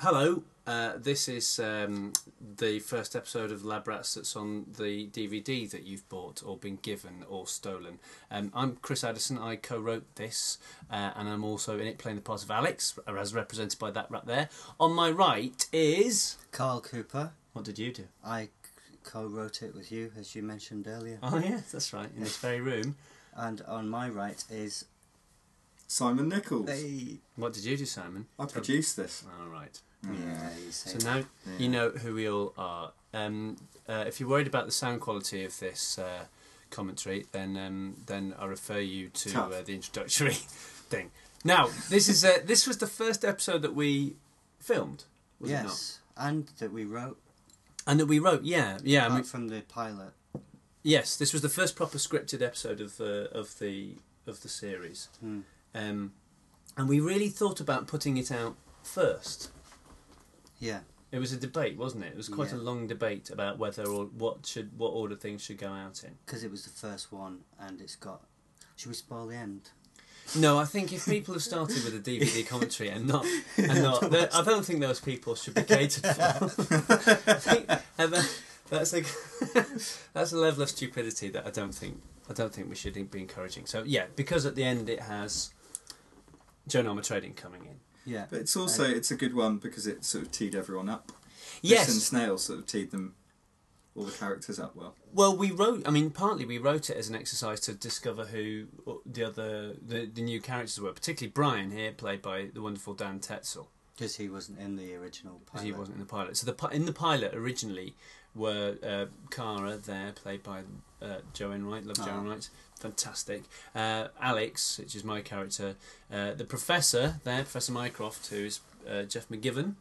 Hello, uh, this is um, the first episode of Lab Rats that's on the DVD that you've bought or been given or stolen. Um, I'm Chris Addison, I co wrote this, uh, and I'm also in it playing the part of Alex, uh, as represented by that rat there. On my right is. Carl Cooper. What did you do? I co wrote it with you, as you mentioned earlier. Oh, yeah, that's right, in this very room. And on my right is. Simon Nichols. Hey! What did you do, Simon? I produced this. All right. Hmm. Yeah, you So say. now you Mm. Yeah. know who we all are. Um, uh, if you're worried about the sound quality of this uh, commentary, then um, then I refer you to Tough. uh, the introductory thing. Now, this is uh, this was the first episode that we filmed, was it not? yes, and that we wrote, And that we wrote. Yeah, yeah. I apart mean, from the pilot. yes, this was the first proper scripted episode of uh, of the of the series, Hmm. um, and we really thought about putting it out first. Yeah, It was a debate, wasn't it? It was quite Yeah. a long debate about whether or what should what order things should go out in. because it was the first one, and it's got. Should we spoil the end? No, I think if people have started with a DVD commentary and not and not, there- I don't think those people should be catered for. I think, and that, that's a that's a level of stupidity that I don't think I don't think we should be encouraging. So yeah, because at the end it has Joan Armour Trading coming in. Yeah. But it's also it's a good one because it sort of teed everyone up. Yes, This and Snail sort of teed them all the characters up well. Well, we wrote. I mean, partly we wrote it as an exercise to discover who uh, the other the, the new characters were. Particularly Brian here, played by the wonderful Dan Tetzel, Because he wasn't in the original because pilot. he wasn't in the pilot. So the pi- in the pilot originally were uh, Cara there, played by uh, Joanne Wright. Love Joanne Ah. Wright, fantastic. Uh, Alex, which is my character, uh, the professor there, Professor Mycroft, who is uh, Jeff McGivern.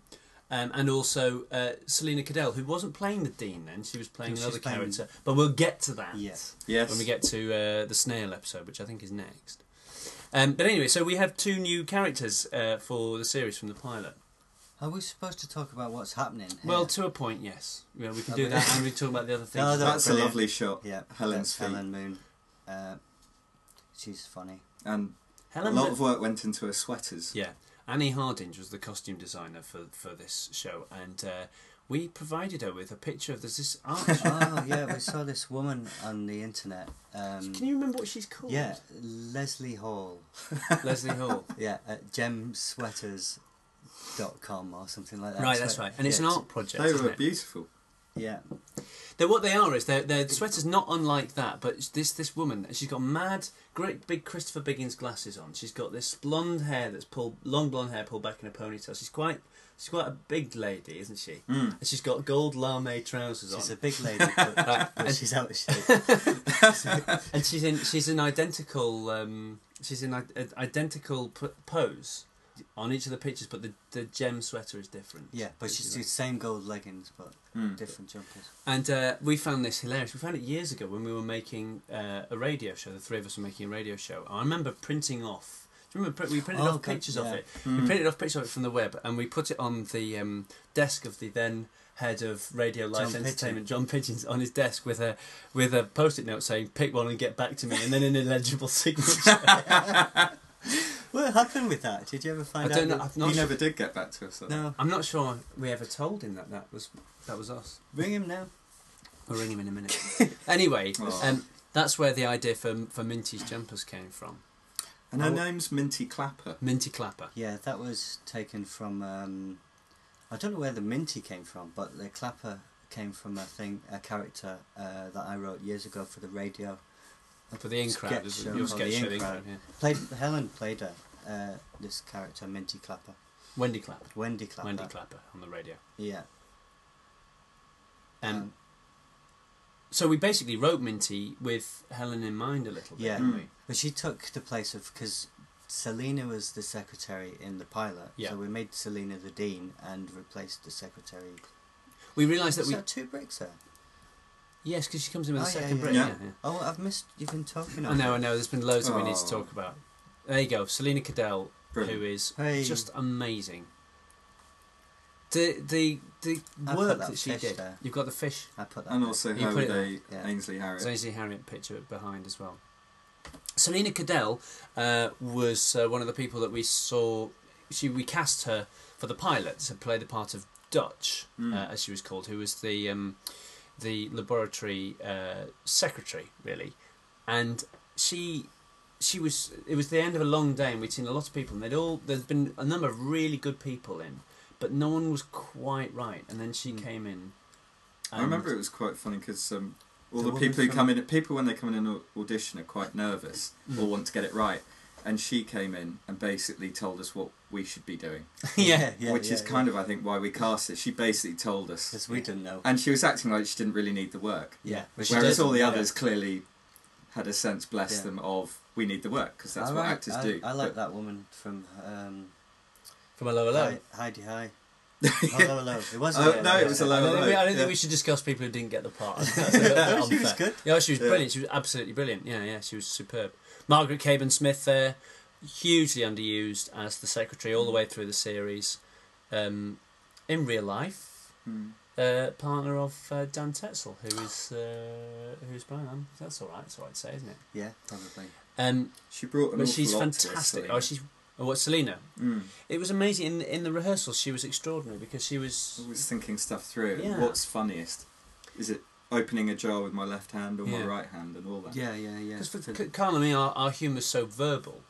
Um, and also uh, Selena Cadell, who wasn't playing the dean then, she was playing She's another playing- character. But we'll get to that Yes. Yes. when we get to uh, the snail episode, which I think is next. Um, but anyway, so we have two new characters uh, for the series from the pilot. Are we supposed to talk about what's happening? Here? Well, to a point, yes. Yeah, we can I do mean- that, and we talk about the other things. No, no, That's Brilliant. a lovely shot. yeah, Helen's that's feet. Helen Moon. Uh, she's funny. And Helen, a lot of work went into her sweaters. yeah, Annie Hardinge was the costume designer for for this show, and uh, we provided her with a picture of there's this arch. oh yeah, we saw this woman on the internet. Um, can you remember what she's called? yeah, Leslie Hall. Leslie Hall. Yeah, at gemsweaters.com or something like that. right, So- that's right, and it's yeah, an art project. They isn't were it? beautiful. Yeah, They're, what they are is they're, they're sweaters not unlike that, but it's this this woman she's got mad, great big Christopher Biggins glasses on. She's got this blonde hair that's pulled, long blonde hair pulled back in a ponytail. She's quite she's quite a big lady, isn't she? Mm. And she's got gold lame trousers Hmm. she's a on, big lady, but, but and- she's out of shape. and she's in she's an identical um, she's in i- a- identical p- pose on each of the pictures, but the the gem sweater is different. Yeah, but If you she's like. the same gold leggings, but Mm. different jumpers. And uh, we found this hilarious. We found it years ago when we were making uh, a radio show. The three of us were making a radio show. I remember printing off. Do you remember pr- we printed Oh, off God, pictures of yeah. it? We Mm. printed off pictures of it from the web, and we put it on the um, desk of the then head of Radio Life John Entertainment, John Pigeons, on his desk with a with a post-it note saying "Pick one and get back to me," and then an illegible signature. What happened with that? Did you ever I find out? don't know. that- I'm He not, sure, never did get back to us. though. No, I'm not sure we ever told him that that was that was us. ring him now. We'll ring him in a minute. anyway, Oh. Aw. um, that's where the idea for for Minty's jumpers came from. And her Oh. name's Minty Clapper. Minty Clapper. Yeah, that was taken from. Um, I don't know where the minty came from, but the clapper came from I think a character uh, that I wrote years ago for the radio. For the in crowd, Sketch is show your called sketch The show, In the in crowd. Crowd. yeah. Played Helen played her, uh, this character Minty Clapper, Wendy Clapper. Wendy Clapper. Wendy Clapper on the radio. Yeah. Um, so we basically wrote Minty with Helen in mind a little bit, Yeah. Mm. didn't we? But she took the place of because Selena was the secretary in the pilot, Yeah. so we made Selena the dean and replaced the secretary. We realised that Is we that two bricks there? yes, because she comes in with Oh, a yeah, second yeah, break. yeah. yeah, yeah. Oh, I've missed. You've been talking. I know, I know. There's been loads that we need to Oh. talk about. There you go, Selena Cadell, who Brilliant. is Hey. just amazing. The the the I've got work that that she fish did. there. You've got the fish. I put that. And there. also You her put it with a there. Yeah. Ainsley Harriet. There's actually Harriet picture behind as well. Selena Cadell uh, was uh, one of the people that we saw. she recast her for the pilot to play the part of Dutch, Mm. uh, as she was called, who was the um, the laboratory uh, secretary, really, and she she was it was the end of a long day, and we'd seen a lot of people, and they'd all there's been a number of really good people in, but no one was quite right, and then she Mm. came in. Hmm. I remember it was quite funny because um, all The the, woman people who from- come in, people when they come in an au- audition are quite nervous Mm. or want to get it right. And she came in and basically told us what we should be doing, yeah, which is kind of, I think, why we cast it. She basically told us, because we didn't know. and she was acting like she didn't really need the work. yeah, But she Whereas did, all the yeah. others clearly had a sense, bless Yeah. them, of we need the work because that's I what like- actors I, do. I like But- that woman from um, from a lower level. Hi- Heidi High. Hello, hello. It was. Oh, no, it was a I low don't, think we, I don't Yeah. think we should discuss people who didn't get the part. That's a little bit No, she was unfair. good. Yeah, she was Yeah. brilliant. She was absolutely brilliant. Yeah, yeah, she was superb. Margaret Caban Smith there, hugely underused as the secretary all the way through the series. Um, in real life, Hmm. uh, partner of uh, Dan Tetzel, who is uh, who's Brian. That's all right. That's all right to say, isn't it? Yeah, probably. Um, She brought an but awful she's lot fantastic. To oh, us, she's oh, what Selena? Selena. Mm. It was amazing in in the rehearsals. She was extraordinary because she was. Always thinking stuff through. Yeah. What's funniest? Is it opening a jar with my left hand or Yeah. my right hand and all that? Yeah, yeah, yeah. Because for Phil- C- Carl and me, our, our humour's so verbal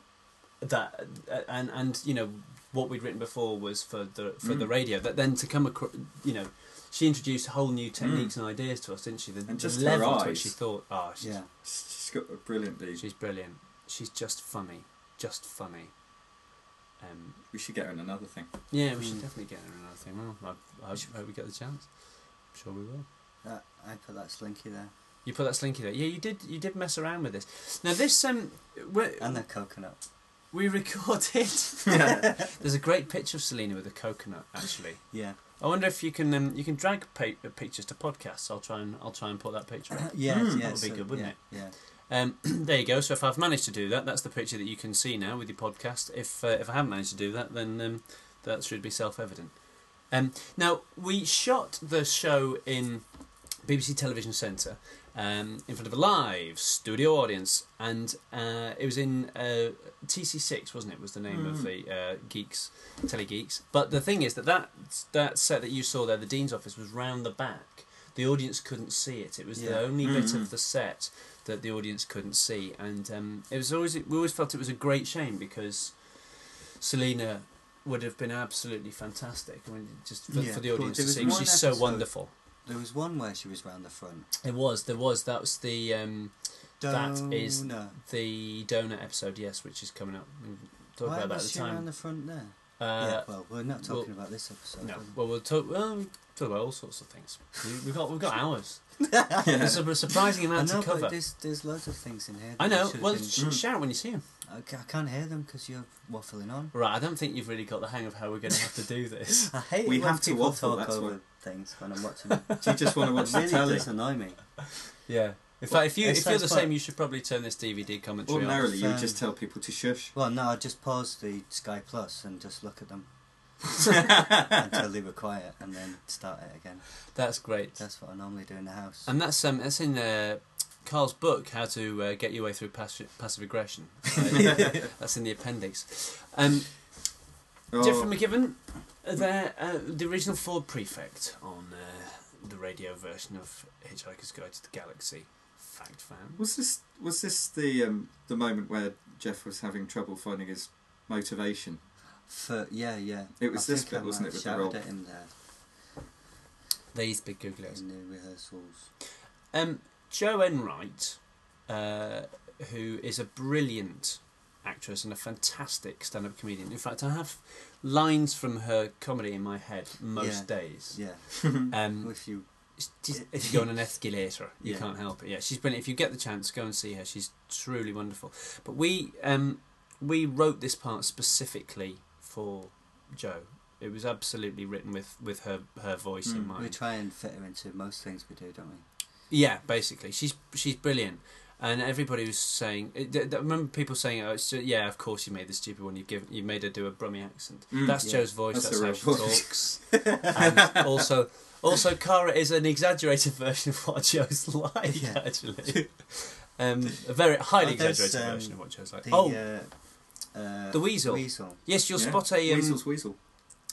that, uh, and and you know what we'd written before was for the for the Mm. radio. That then to come across, you know, she introduced whole new techniques and ideas to us, didn't she? The, Mm. And just the her level to which eyes. she thought, ah, she's, yeah, She's got a brilliantly. she's brilliant. She's just funny, just funny. Um, We should get her in another thing. yeah, we should Mm. definitely get her another thing. Well, I, I hope we get the chance. I'm sure we will. that, I put that slinky there You put that slinky there. Yeah, you did. You did mess around with this. Now this um, we, and the coconut. we recorded. Yeah. There's a great picture of Selena with a coconut. Actually, Yeah, I wonder if you can um, you can drag pa- uh, pictures to podcasts. I'll try and I'll try and put that picture. up. Hmm. yeah, Mm. yeah. That would be good, wouldn't yeah, Yeah. Um, there you go. So if I've managed to do that, that's the picture that you can see now with your podcast. If uh, if I haven't managed to do that, then um, that should be self evident. Um, now we shot the show in BBC Television Centre um, in front of a live studio audience, and uh, it was in uh, TC6, wasn't it? Was the name of Mm. the uh, geeks, Tele Geeks. But the thing is that, that that set that you saw there, the dean's office, was round the back. The audience couldn't see it. It was the Yeah. Mm-hmm. only bit Mm, of mm. the set that the audience couldn't see, and um, it was always we always felt it was a great shame because Selena would have been absolutely fantastic. I mean, just for, Yeah, for the well, audience there to was see, 'cause one she's so episode- wonderful. There was one where she was round the front. It was. There was. That was the um, That is- Donut. the donut episode. Yes, which is coming up. We talked Why about that was at the she time. round the front there? yeah. uh, Well, we're not well, talking about this episode. no. are we? Well, we'll talk. Well, we talk about all sorts of things. We, we've got we've got hours. Yeah. There's a surprising I amount know, to cover. but there's, there's loads of things in here. I that know. should have Well, been- sh- shout when you see him. I ca- I can't hear them because you're waffling on. Right, I don't think you've really got the hang of how we're going to have to do this. I hate We it when have to people waffle, talk that's over why. things when I'm watching. it. Do you just want to watch it the really telly? does annoy me. yeah. In fact, if you it if you're sounds the fun. same, you should probably turn this DVD commentary on. Ordinarily, you would Um, just tell people to shush. Well, no, I just pause the Sky Plus and just look at them yeah, until they were quiet, and then start it again. That's great. That's what I normally do in the house. And that's um that's in uh, Carl's book, How to uh, Get Your Way Through Pass- Passive Aggression. Uh, that's in the appendix. Um, Oh. Jeffrey McGibbon, uh, there, uh, the original Ford prefect on uh, the radio version of Hitchhiker's Guide to the Galaxy. Fact fan. Oh, was this was this the um, the moment where Jeff was having trouble finding his motivation? For yeah, yeah. It was I this think bit, I wasn't might it, with the have shouted roll? at him there These big googly eyes. in the rehearsals. Um, Joe Enright, uh, who is a brilliant actress and a fantastic stand-up comedian. In fact, I have lines from her comedy in my head most days. Yeah. Mm. Um, If you it's just- if you go on an escalator, you Yeah. can't help it. Yeah, she's brilliant. If you get the chance, go and see her. She's truly wonderful. But we um, we wrote this part specifically for Joe. It was absolutely written with, with her her voice in Mm. mind. we try and fit her into most things we do, don't we? Yeah, basically, she's she's brilliant, and everybody was saying. I I- I remember people saying, "Oh, it's ju- yeah, of course you made the stupid one. You give you made her do a Brummy accent. Mm, that's yeah. Joe's voice. That's, That's her how real she voice. talks. and also, also, Cara is an exaggerated version of what Joe's like. Yeah. Actually, um, a very highly Oh, there's, Uh, exaggerated um, version of what Joe's like. The, oh, uh, uh, The weasel. Weasel. Yes, you'll Yeah. spot a um, Weasel's Weasel.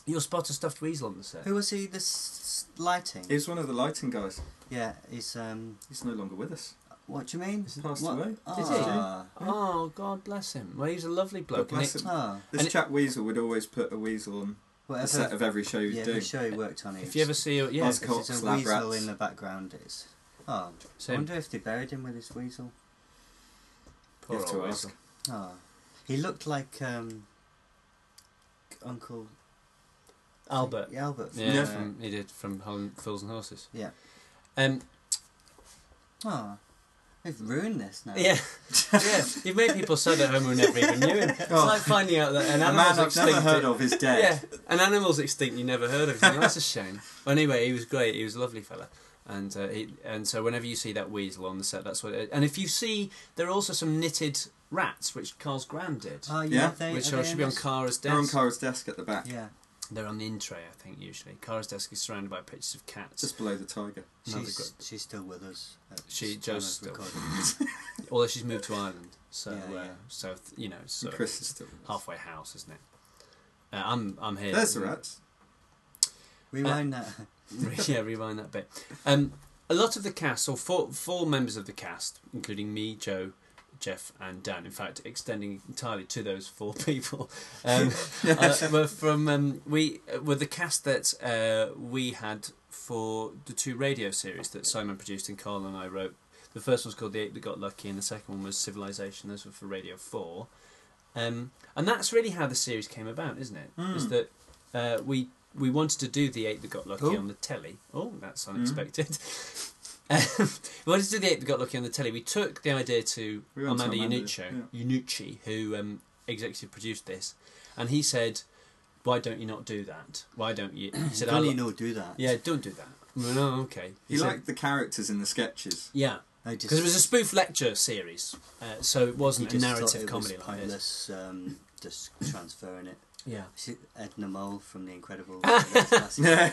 you'll spot a stuffed weasel on the set. Who was he? The s- lighting. He was one of the lighting guys. yeah, he's um. He's no longer with us. What do you mean? He's passed What- away. Oh, Did he? Oh God bless him. Well, he's a lovely bloke. God bless and it- him. Oh, This And it- chap Weasel would always put a weasel on the set whatever. of every show he was Yeah, the doing. show he worked on. If you ever see, a- yeah, Oscar. it's Cox, a lab weasel rats. in the background. It's oh, I same. wonder if they buried him with his weasel. Poor You have to old ask. weasel. Oh, he looked like um, Uncle Albert. Yeah, Albert. from, Yeah, Yeah. From, he did from Holland, Fools and Horses. Yeah. Um, Oh, we've ruined this now. yeah, yeah. You've made people sad at home who never even knew him. It's Oh. like finding out that an a man animal's I've extinct. never heard of is dead. Yeah, an animal's extinct. You never heard of him. That's a shame. But anyway, he was great. He was a lovely fella. And uh, he, and so whenever you see that weasel on the set, that's what. It, and if you see, there are also some knitted rats, which Carl's gran did, Oh, yeah. Yeah. They, which are are, they should in be on this? Cara's desk. They're on Cara's desk at the back, Yeah. They're on the in tray, I think, usually. Cara's desk is surrounded by pictures of cats. just below the tiger. Another She's, she's still with us. at She- this Joe's time of still- recording. Although she's moved to Ireland, so Yeah, uh, yeah. so th- you know, so and Chris is still. with us. halfway house, isn't it? Uh, I'm I'm here. There's the rats. Uh, Rewind that. yeah, rewind that bit. Um, a lot of the cast, or four four members of the cast, including me, Joe, Jeff, and Dan. In fact, extending entirely to those four people, um, uh, were from um, we uh, were the cast that uh, we had for the two radio series that Simon produced and Carl and I wrote. The first one's called The Ape That Got Lucky, and the second one was Civilization. Those were for Radio Four, um, and that's really how the series came about, isn't it? Mm. Is that uh, we we wanted to do the ape that got lucky Oh. Mm. on the telly. Oh, that's unexpected. Um, we wanted to do the ape that got lucky on the telly. We took the idea to We went to Amanda Amanda, Iannucci, Iannucci, who um, executive produced this, and he said, "Why don't you not do that? Why don't you?" He said, Don't "I'll- you know do that? "Yeah, don't do that." We went, "Oh, okay." He said- liked the characters in the sketches. yeah, I just- because it was a spoof lecture series, uh, so it he wasn't a just thought narrative it comedy was like this. pointless, um, just transferring it. Yeah. She- Edna Mole from The Incredible. yeah.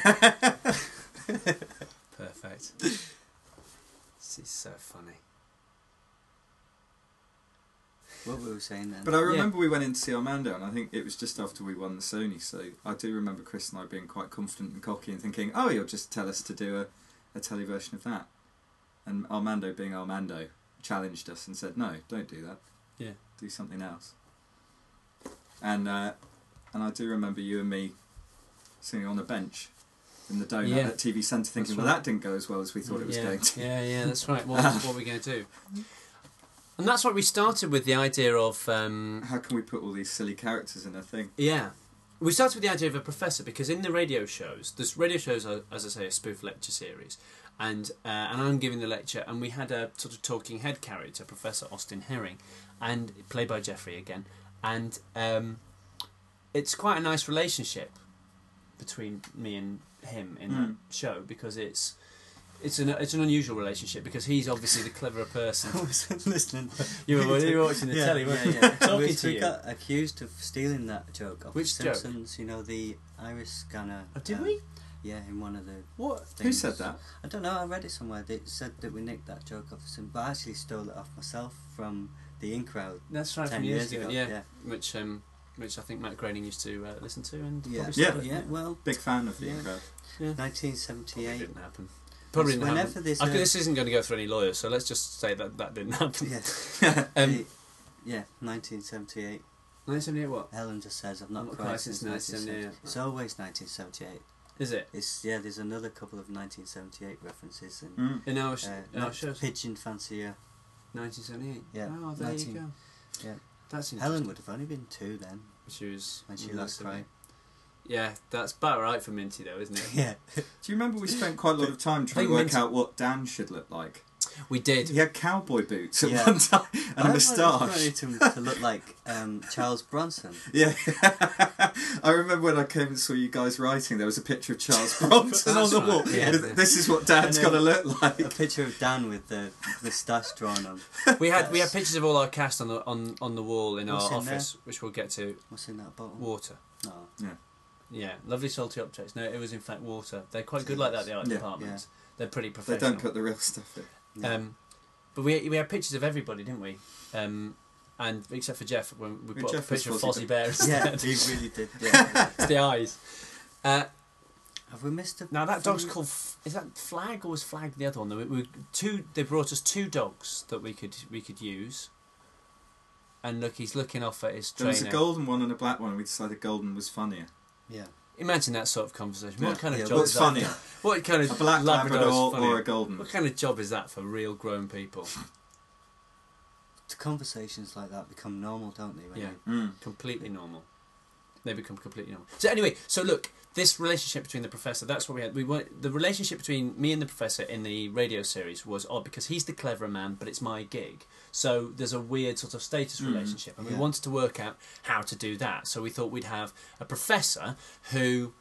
Perfect. this is so funny. What were we saying then? But I remember we went in to see Armando, and I think it was just after we won the Sony. So I do remember Chris and I being quite confident and cocky and thinking, "Oh, you'll just tell us to do a, a telly version of that." And Armando, being Armando, challenged us and said, "No, don't do that. Yeah. do something else." And uh, and I do remember you and me sitting on the bench in the donut Yeah. at TV Centre, thinking, That's "Well, right. that didn't go as well as we thought it was yeah. going to." Yeah, yeah, that's right. What, what are we going to do? And that's what we started with the idea of. Um, How can we put all these silly characters in a thing? yeah. We started with the idea of a professor because in the radio shows, this radio shows are, as I say, a spoof lecture series, and uh, and I'm giving the lecture, and we had a sort of talking head character, Professor Austin Herring, and played by Jeffrey again, and um, it's quite a nice relationship between me and him in that Hmm. Mm. show because it's it's an it's an unusual relationship because he's obviously the cleverer I person. was listening. you, were, you were watching the yeah, telly, yeah, weren't you? yeah. Talking we, to we you. got accused of stealing that joke off Which the joke? Simpsons. You know the iris scanner. Oh, did um, we? Yeah, in one of the What? Who things. said that? I don't know. I read it somewhere. They said that we nicked that joke off the Simpsons, but I actually stole it off myself from the In Crowd That's right. ten from years ago. Yeah. yeah, Which um, which I think Matt Groening used to uh, listen to and yeah, probably Yeah. stole it. yeah, Well, Big fan of the Yeah. Incredible. Probably 1978. didn't happen. Probably didn't whenever uh, happen. there's I, think a- this isn't going to go through any lawyers, so let's just say that that didn't happen. Yeah, Um, the- yeah, 1978. 1978 what? Helen just says I've not, Not cried, cried since since 1978. 1978. It's always 1978. Is it? It's yeah. There's another couple of 1978 references and. Mm. In our, sh- Uh, in our not shows? Pigeon Fancier. 1978. Yeah, Oh, there you 19 go. yeah. That's interesting. Helen would have only been two then She was when she Mm, that's- last cried. Yeah, that's about right for Minty though, isn't it? Yeah. Do you remember we spent quite a lot of time trying think to work mental- out what Dan should look like? We did. He had cowboy boots at Yeah. one time and Oh, a I wanted moustache. him Oh, to look like um, Charles Bronson. Yeah, I remember when I came and saw you guys writing. There was a picture of Charles Bronson on That's the right, wall. yeah. With, This is what Dan's And then- got to look A like. picture of Dan with the moustache drawn on. We had we had pictures of all our cast on the on, on the wall in our What's in office, which we'll get to. What's in that bottle? Water. Oh, Yeah, lovely salty objects. No, it was in fact water. They're quite good like that. The art Yeah, department. They're pretty They professional. don't put the real stuff in. no. Um, but we we had pictures of everybody, didn't we? Um, and except for Jeff, when we put Well, up a Jeff was picture of Fozzie Fozzie Bear yeah, instead, he really did. Yeah. it's the eyes. Uh, Have we missed a? now that dog's thing? called. F- Is that Flag or was Flag the other one? We, we two. They brought us two dogs that we could we could use. And look, he's looking off at his There trainer. was a golden one and a black one. We decided golden was funnier. Yeah. Imagine that sort of conversation. What Yeah. kind of Yeah, job What's is that? funnier, What kind of a black Labrador is Labrador funnier? or a golden? What kind of job is that for real grown people? The conversations like that become normal, don't they? Yeah. you- Mm. completely normal. They become completely normal. So anyway, so look, this relationship between the professor, that's what we had. We were, the relationship between me and the professor in the radio series was odd because he's the cleverer man, but it's my gig. So there's a weird sort of status Mm. relationship and we Yeah. wanted to work out how to do that. So we thought we'd have a professor who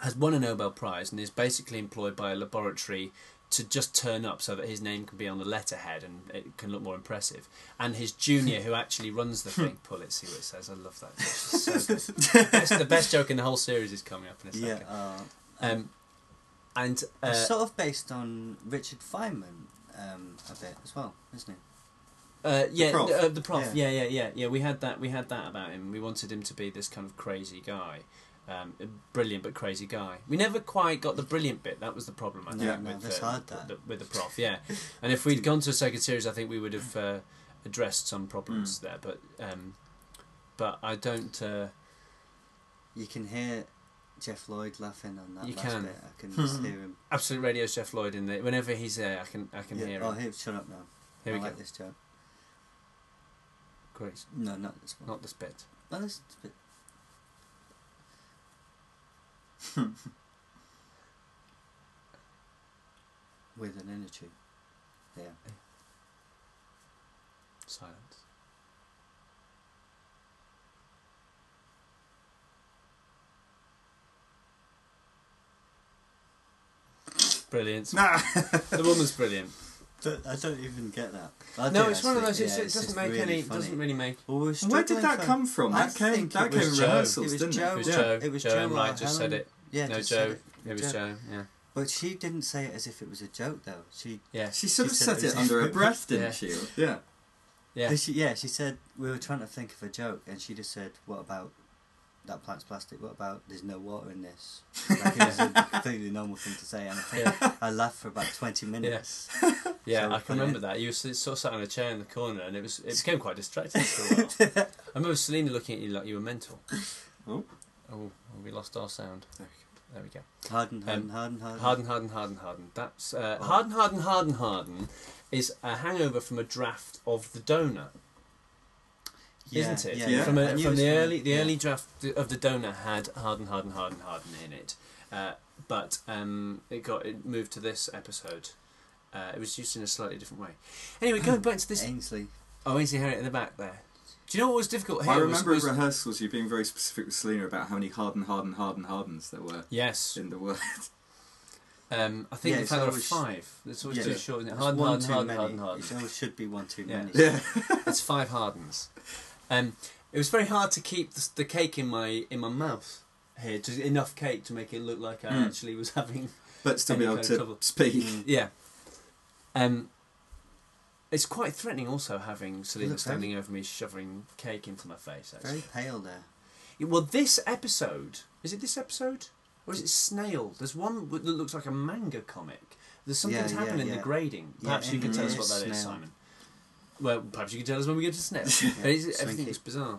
has won a Nobel Prize and is basically employed by a laboratory to just turn up so that his name can be on the letterhead and it can look more impressive. And his junior, who actually runs the thing, pull it, see what it says. I love that. It's just so good. That's the best joke in the whole series is coming up in a Yeah. second. Uh, Um, and uh, it's sort of based on Richard Feynman um, a bit as well, isn't it? Uh, yeah, prof. uh, the prof. Yeah. Yeah. yeah, yeah, yeah, We had that. We had that about him. We wanted him to be this kind of crazy guy, um, a brilliant but crazy guy. We never quite got the brilliant bit. That was the problem. I think, No, no, with, that's the, hard, that. the- with the prof. Yeah, and if we'd gone to a second series, I think we would have uh, addressed some Mm. problems there. But um, but I don't. Uh, You can hear Jeff Lloyd laughing on that You last can. bit. I can just hear him. Absolute Radio's Jeff Lloyd in there. Whenever he's there, I can I can Yeah. hear oh, him. here, shut up now. Here I we like go. this joke. Great. No, not this one. Not this bit. Oh, this is a bit. With an inner tube. Yeah. Silence. Brilliant. Nah. The woman's brilliant. I don't even get that. I no, do it's one of actually. those. it's, Yeah, it it's doesn't just make really any. funny. Doesn't really make. Well, we're Where did struggling that for- come from? I That came. think That it came was in Joe. rehearsals, It was didn't Joe. Oh, It was Yeah. Joe. It was Joe, Joe and Wright just said Helen. it. Yeah, no, just Joe. said It, was Joe. Joe. Yeah. But she didn't say it as if it was a joke, though. She, Yeah. She sort of She said said it it. under her breath, didn't Yeah. she? Yeah. Yeah. uh, she, yeah, she said we were trying to think of a joke, and she just said, "What about that plant's plastic? What about there's no water in this?" Like it was a completely normal thing to say, and I think I laughed for about twenty minutes. Yeah, So I can funny. remember that. You were s- sort of sat on a chair in the corner, and it was it became quite distracting for a while. I remember Selena looking at you like you were mental. Oh. Oh, we lost our sound. There we go. Harden, harden, Um, harden, harden. Harden, harden, harden, harden. That's uh, Oh. harden, harden, harden, harden is a hangover from a draft of the donor, isn't it? yeah. From, a, I knew it from was the coming. early the Yeah. early draft of the donor had harden, harden, harden, harden in it, uh, but um, it got it moved to this episode. Uh, it was used in a slightly different way. Anyway, going back to this. Ainsley. Oh, Ainsley Harriet in the back there. Do you know what was difficult here? I was- remember was- in rehearsals you being very specific with Selena about how many harden, harden, harden, hardens there were yes. in the word. Um, I think Yeah, in it's fact there were always- five. That's always yeah. too short. Isn't it? It's Harden, one harden, too harden, many. harden, harden. It always should be one too Yeah. many. Yeah. It's five hardens. Um, it was very hard to keep the, the cake in my in my mouth here, just enough cake to make it look like I Mm. actually was having. But still be Any able kind to of trouble. speak. Mm. Yeah. Um, it's quite threatening also having Selena Look, very- standing over me shoving cake into my face. Actually, Very pale there. Yeah, well, this episode is it this episode or is it Snail? There's one w- that looks like a manga comic. There's something's Yeah, yeah, happening in yeah. the grading. Yeah, Perhaps you it can tell us is what that is, Snail. Simon. Well, perhaps you can tell us when we go to Snail. But is it- everything Slinky. was bizarre.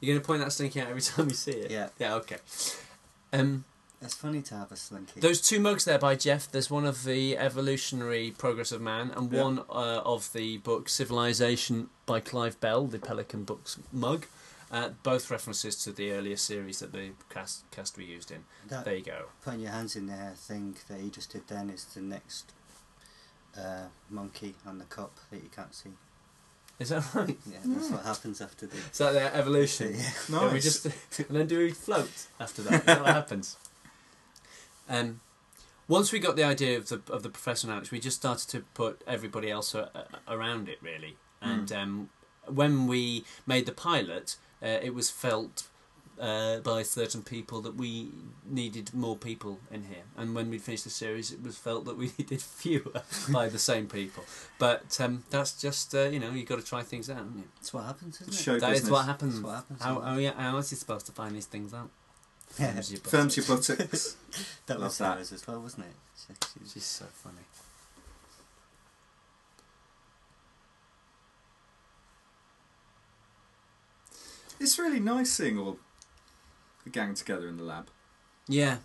You're going to point that slinky out every time we see it. Yeah. Yeah. Okay. Um, It's funny to have a slinky. those two mugs there by Jeff. There's one of the evolutionary progress of man, and Yeah. one uh, of the book Civilization by Clive Bell, the Pelican Books mug. Uh, both references to the earlier series that the cast cast were used in. that There you go. putting your hands in the air thing that he just did then is the next uh, monkey on the cup that you can't see. Is that right? Yeah, that's what happens after the. Is that their evolution? Yeah. Nice. Yeah, we just and then do we float after that? Is that what happens? Um, once we got the idea of the of the professor and Alex, we just started to put everybody else a, a- around it Hmm. really. And um, when we made the pilot, uh, it was felt uh, by certain people that we needed more people in here. And when we'd finished the series, it was felt that we needed fewer by the same people. But um, that's just, uh, you know, you've got to try things out, haven't you? That's what happens, isn't it? Show That is business. what happens. That's what happens. How, isn't how, yeah, how else are you supposed to find these things out? it? Yeah. Firms your Firms your buttocks. buttocks. That was Love that. Sarah's as well, wasn't it? She- she was- She's so funny. it's really nice seeing all the gang together in the lab. Yeah.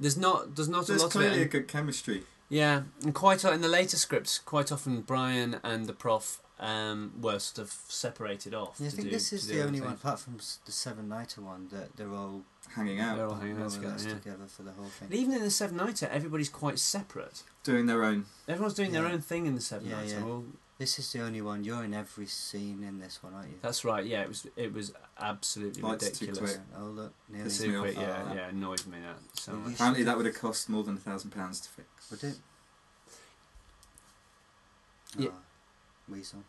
There's not there's not There's a lot of it. clearly a and- good chemistry. Yeah, and quite o- in the later scripts, quite often Brian and the prof um, were sort of separated off. Yeah, I to think do, this to is do the other only one, things. apart from s- the Seven Nighter one, that they're all Hanging out, They're all hanging more out or together. less yeah. together for the whole And thing. even in the Seven Nighter, everybody's quite separate. doing their own. Everyone's doing their Yeah. own thing in the Seven Yeah, Nighter. yeah. Well, This is the only one. You're in every scene in this one, aren't you? that's right. Yeah, it was it was absolutely Lights too ridiculous. quick. Oh look, nearly. The Pissed secret, me off. yeah, Oh. yeah, annoyed me that so much. Apparently, that would have cost more than a thousand pounds to fix. Would it? Yeah. Oh, weasel.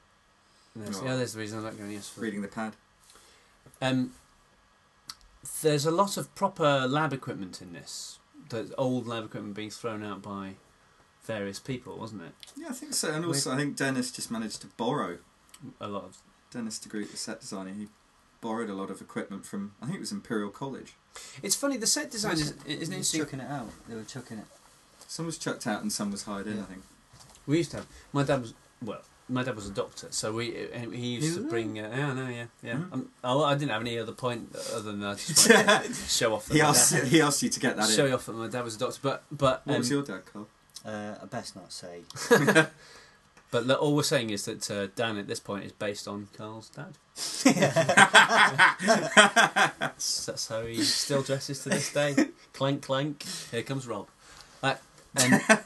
That's, No. yeah, there's the reason I'm not going to use for Reading the pad. Um, there's a lot of proper lab equipment in this. There's old lab equipment being thrown out by various people, wasn't it? Yeah, I think so. And also, I think Dennis just managed to borrow A lot of. Dennis DeGroote, the set designer. He borrowed a lot of equipment from I think it was Imperial College. It's funny. The set design is, is They an were interesting. Chucking it out. They were chucking it. Some was chucked out and some was hired in. I Yeah. think We used to have. My dad was well. My dad was a doctor, so we uh, he used to Yeah. bring. Uh, yeah, no, yeah, yeah. Mhm. Um, oh, I didn't have any other point other than that. I just wanted to show off. That he my asked dad- he asked you to get that Show in. off that my dad was a doctor, but but What um, was your dad, Carl? Uh, I best not say. but look, all we're saying is that uh, Dan at this point is based on Carl's dad. That's, that's how he still dresses to this day. clank, clank. Here comes Rob. Uh, and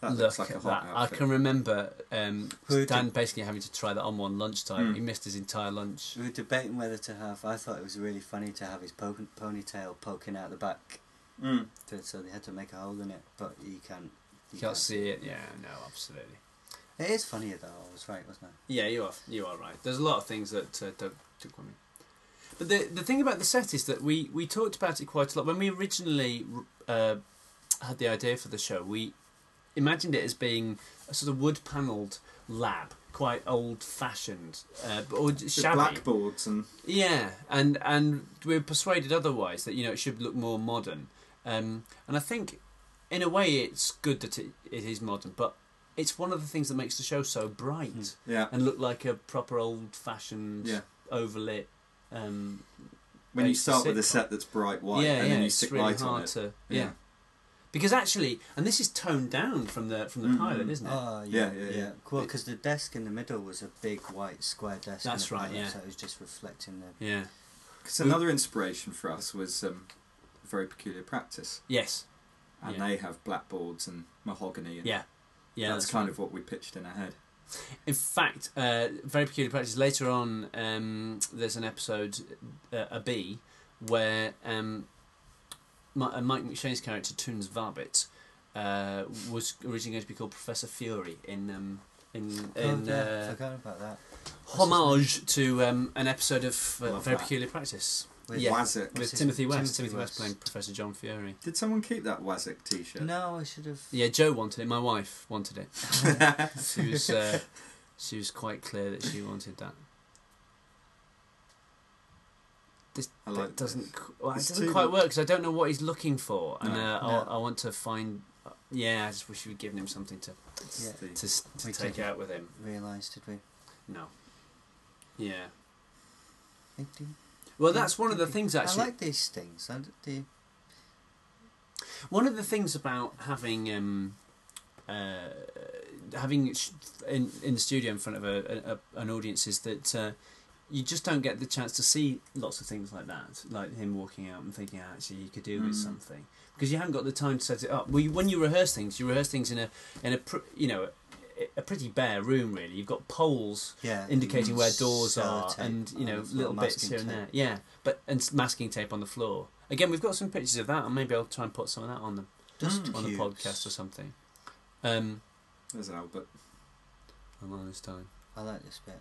That look looks like a at hot that. I outfit. can remember um, Who Dan did- basically having to try that on one lunchtime. Hmm. He missed his entire lunch. We were debating whether to have. I thought it was really funny to have his po- ponytail poking out the back, Mm. to- so they had to make a hole in it. But you can't. You can't see it. Yeah, no, absolutely. It is funnier though. I was right, wasn't I? Yeah, you are. You are right. There's a lot of things that uh, don't took on me. But the the thing about the set is that we we talked about it quite a lot when we originally uh, had the idea for the show. We imagined it as being a sort of wood panelled lab, quite old fashioned, uh, but- or With shabby. blackboards and Yeah, and and we were persuaded otherwise that you know it should look more modern. Um, and I think, in a way, it's good that it, it is modern, but it's one of the things that makes the show so bright Mm. yeah, and look like a proper old-fashioned, yeah. overlit. Um, When you It's a start with a sitcom. set that's bright white yeah, and yeah, then you it's stick really light hard on it. to. Yeah. because actually, and this is toned down from the from the Mm, pilot, mm. isn't it? Oh Yeah, yeah, yeah, yeah. Cool, because the desk in the middle was a big white square desk. in That's the right, pilot, yeah. So it was just reflecting the. yeah. Because another inspiration for us was um, very peculiar practice, Yes. and Yeah. they have blackboards and mahogany. And Yeah, Yeah. that's, kind of what we pitched in our head. In fact, uh, very peculiar practice. Later on, um, there's an episode, uh, a B, where um, Mi- uh, Mike McShane's character Toons Varbit uh, was originally going to be called Professor Fury in um, in in oh, yeah, uh, forgot about that. homage to um, an episode of uh, Love Very that. Peculiar Practice With- Yeah. Was it? What's with his- Timothy West. Timothy Timothy West West. playing Professor John Fury. Did someone keep that Wazik T-shirt? No, I should have. Yeah, Joe wanted it. My wife wanted it. she was uh, she was quite clear that she wanted that. This I like bit doesn't this. qu- well, it It's doesn't too quite much. work because I don't know what he's looking for, and No. uh, No. I, I want to find. uh, Yeah, I just wish we'd given him something to It's Yeah. the- to, s- to We take didn't. out with him. realised, did we? No. Yeah. Think do- Well, Yeah, that's one of the think- things I actually. like these things. I d- do- One of the things about having um, uh, having it sh- in in the studio in front of a, a, an audience is that uh, you just don't get the chance to see lots of things like that, like him walking out and thinking, "Ah, actually, you could do with Mm. something because you haven't got the time to set it up. Well, you- when you rehearse things, you rehearse things in a in a pr- you know a, a pretty bare room really. You've got poles yeah. indicating and where doors are sellotape and you on know the floor, little bits masking here and tape. there yeah but and s- masking tape on the floor again we've got some pictures of that and maybe i'll try and put some of that on the Dust Mm. on the cubes. podcast or something um There's Albert. i'm on this time I like this bit.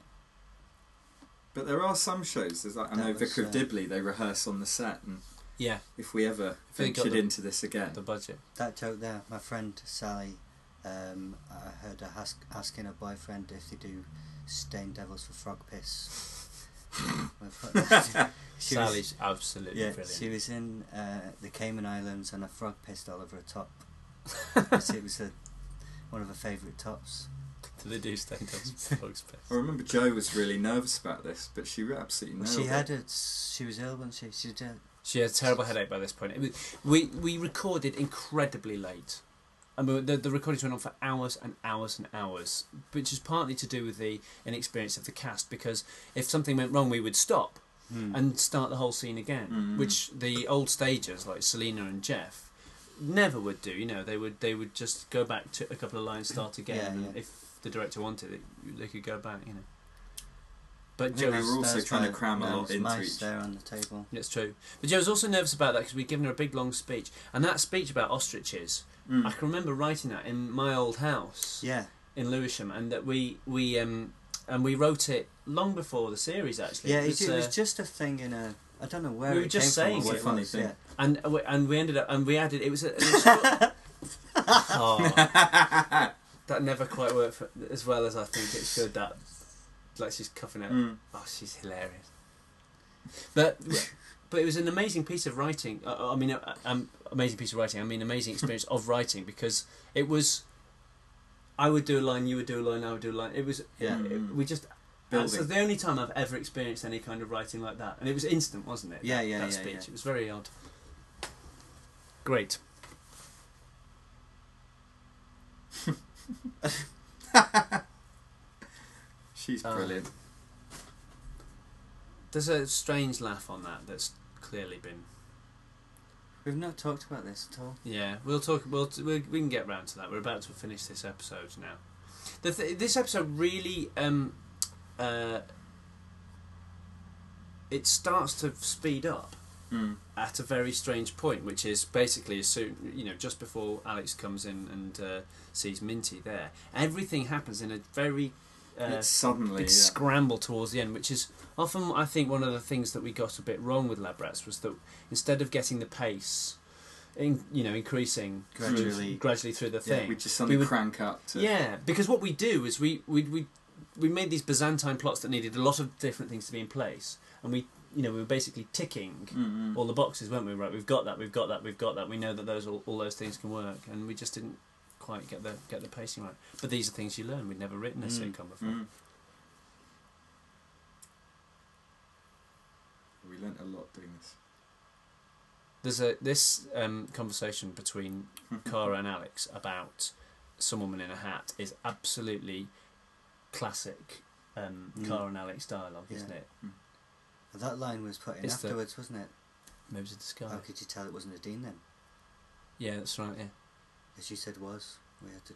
But there are some shows. There's like I That know was, Vicar uh, of Dibley. They rehearse on the set, and Yeah, if we ever they got ventured the- into this again, the budget. That joke there, my friend Sally, um, I heard her ask, asking her boyfriend if they do stained devils for frog piss. She was- Sally's absolutely yeah, brilliant. she was in uh, the Cayman Islands and a frog pissed all over her top. it was a, one of her favourite tops. Do they do stained devils Bugs I Best? remember Joe was really nervous about this, but she absolutely Well, nailed she it. had a, she was ill, wasn't she? She did. She had a terrible headache by this point. It was, we we recorded incredibly late. I mean, the, the recordings went on for hours and hours and hours, which is partly to do with the inexperience of the cast. Because if something went wrong, we would stop Hmm. and start the whole scene again, Mm. which the old stagers like Selena and Jeff never would do. You know, they would they would just go back to a couple of lines, start again, Yeah, and yeah. if the director wanted it, they could go back. You know, I but think Joe they was- were also There's trying to my- cram there a lot was into mice each. there on the table. It's true. But Joe was also nervous about that because we'd given her a big long speech. And that speech about ostriches, Mm. I can remember writing that in my old house Yeah, in Lewisham. And that we, we, um, and we wrote it long before the series, actually. yeah. It It, was, it was uh, just a thing in a. I don't know where We it were just saying came from or what it. It's a funny was, thing. yeah. and, uh, we- and we ended up, and we added, it was a. An extra- oh, that never quite worked for, as well as I think it should. That, like, she's cuffing out. Mm. Oh, she's hilarious. But but it was an amazing piece of writing. Uh, I mean, uh, um, amazing piece of writing. I mean, amazing experience of writing because it was. I would do a line, you would do a line, I would do a line. It was Yeah. it- we just. and Building. So the only time I've ever experienced any kind of writing like that, and it was instant, wasn't it? Yeah, that, yeah, That yeah, speech. yeah. It was very odd. Great. She's Um, brilliant. There's a strange laugh on that. That's clearly been. We've not talked about this at all. Yeah, we'll talk. We'll, we we can get round to that. We're about to finish this episode now. The th- this episode really, um, uh, it starts to speed up Mm. at a very strange point, which is basically as soon you know just before Alex comes in and uh, sees Minty there. Everything happens in a very uh, it's suddenly. big Yeah. scramble towards the end, which is often I think one of the things that we got a bit wrong with Lab Rats was that instead of getting the pace, in, you know, increasing Gradually. gradually through the Yeah, thing, we just suddenly would- crank up to. yeah, because what we do is we we we we made these Byzantine plots that needed a lot of different things to be in place, and we you know we were basically ticking Mm, mm. all the boxes, weren't we? Right, we've got that, we've got that, we've got that. We know that those all, all those things can work, and we just didn't quite get the get the pacing right. But these are things you learn. We'd never written a Mm. sitcom before. Mm. We learnt a lot doing this. There's a this um, conversation between Cara and Alex about some woman in a hat is absolutely classic um, Mm. Cara and Alex dialogue, isn't Yeah. it? That line was put in It's the- afterwards, wasn't it? Maybe it's a disguise. How could you tell it wasn't a dean then? Yeah, that's right. Yeah. As you said, was we had to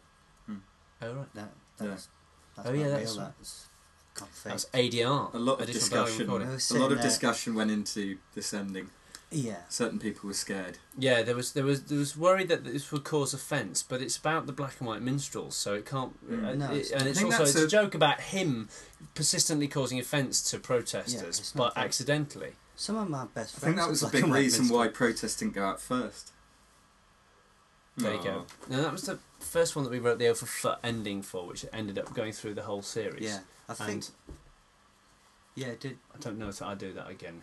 Oh right. that. that Yeah. was, that's Oh, not yeah, real. that's- That's can't fake. That's ADR. A lot of additional value discussion. recording. I was A lot sitting of there- discussion went into this ending. Yeah, Certain people were scared. Yeah, there was there was there was worry that this would cause offence, but it's about the black and white minstrels, so it can't. Mm. uh, No, it- it's- and I it's think also that's it's a, a- joke about him persistently causing offence to protesters, it's but not that- accidentally. some of my best I friends. think that are was a black big and white reason minstrel. why protests didn't go out first. Oh, There you Aw. go. Now that was the first one that we wrote the O for F ending for, which ended up going through the whole series. Yeah, I think. And- Yeah, it did. I don't know if I do that again.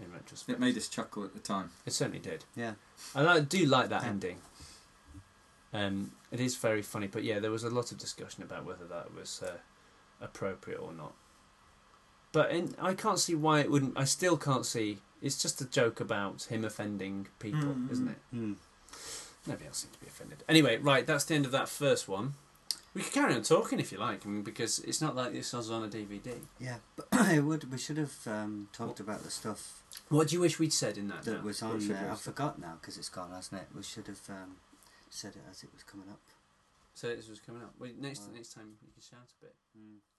In retrospect, It made us chuckle at the time. It certainly did. Yeah, And I do like that Yeah. ending. Um, it is very funny, but yeah, there was a lot of discussion about whether that was uh, appropriate or not. But in, I can't see why it wouldn't. I still can't see. It's just a joke about him offending people, Mm, isn't mm. it? mm. Nobody else seems to be offended. Anyway, right, that's the end of that first one. We could carry on talking if you like, I mean, because it's not like this was on a DVD. yeah. But I would. We should have um, talked about the stuff What do you wish we'd said in that? that now? was what on should we there. I have said? forgot now because it's gone, hasn't it? We should have um, said it as it was coming up. So this was coming up. Well, next next time you can shout a bit. Mm.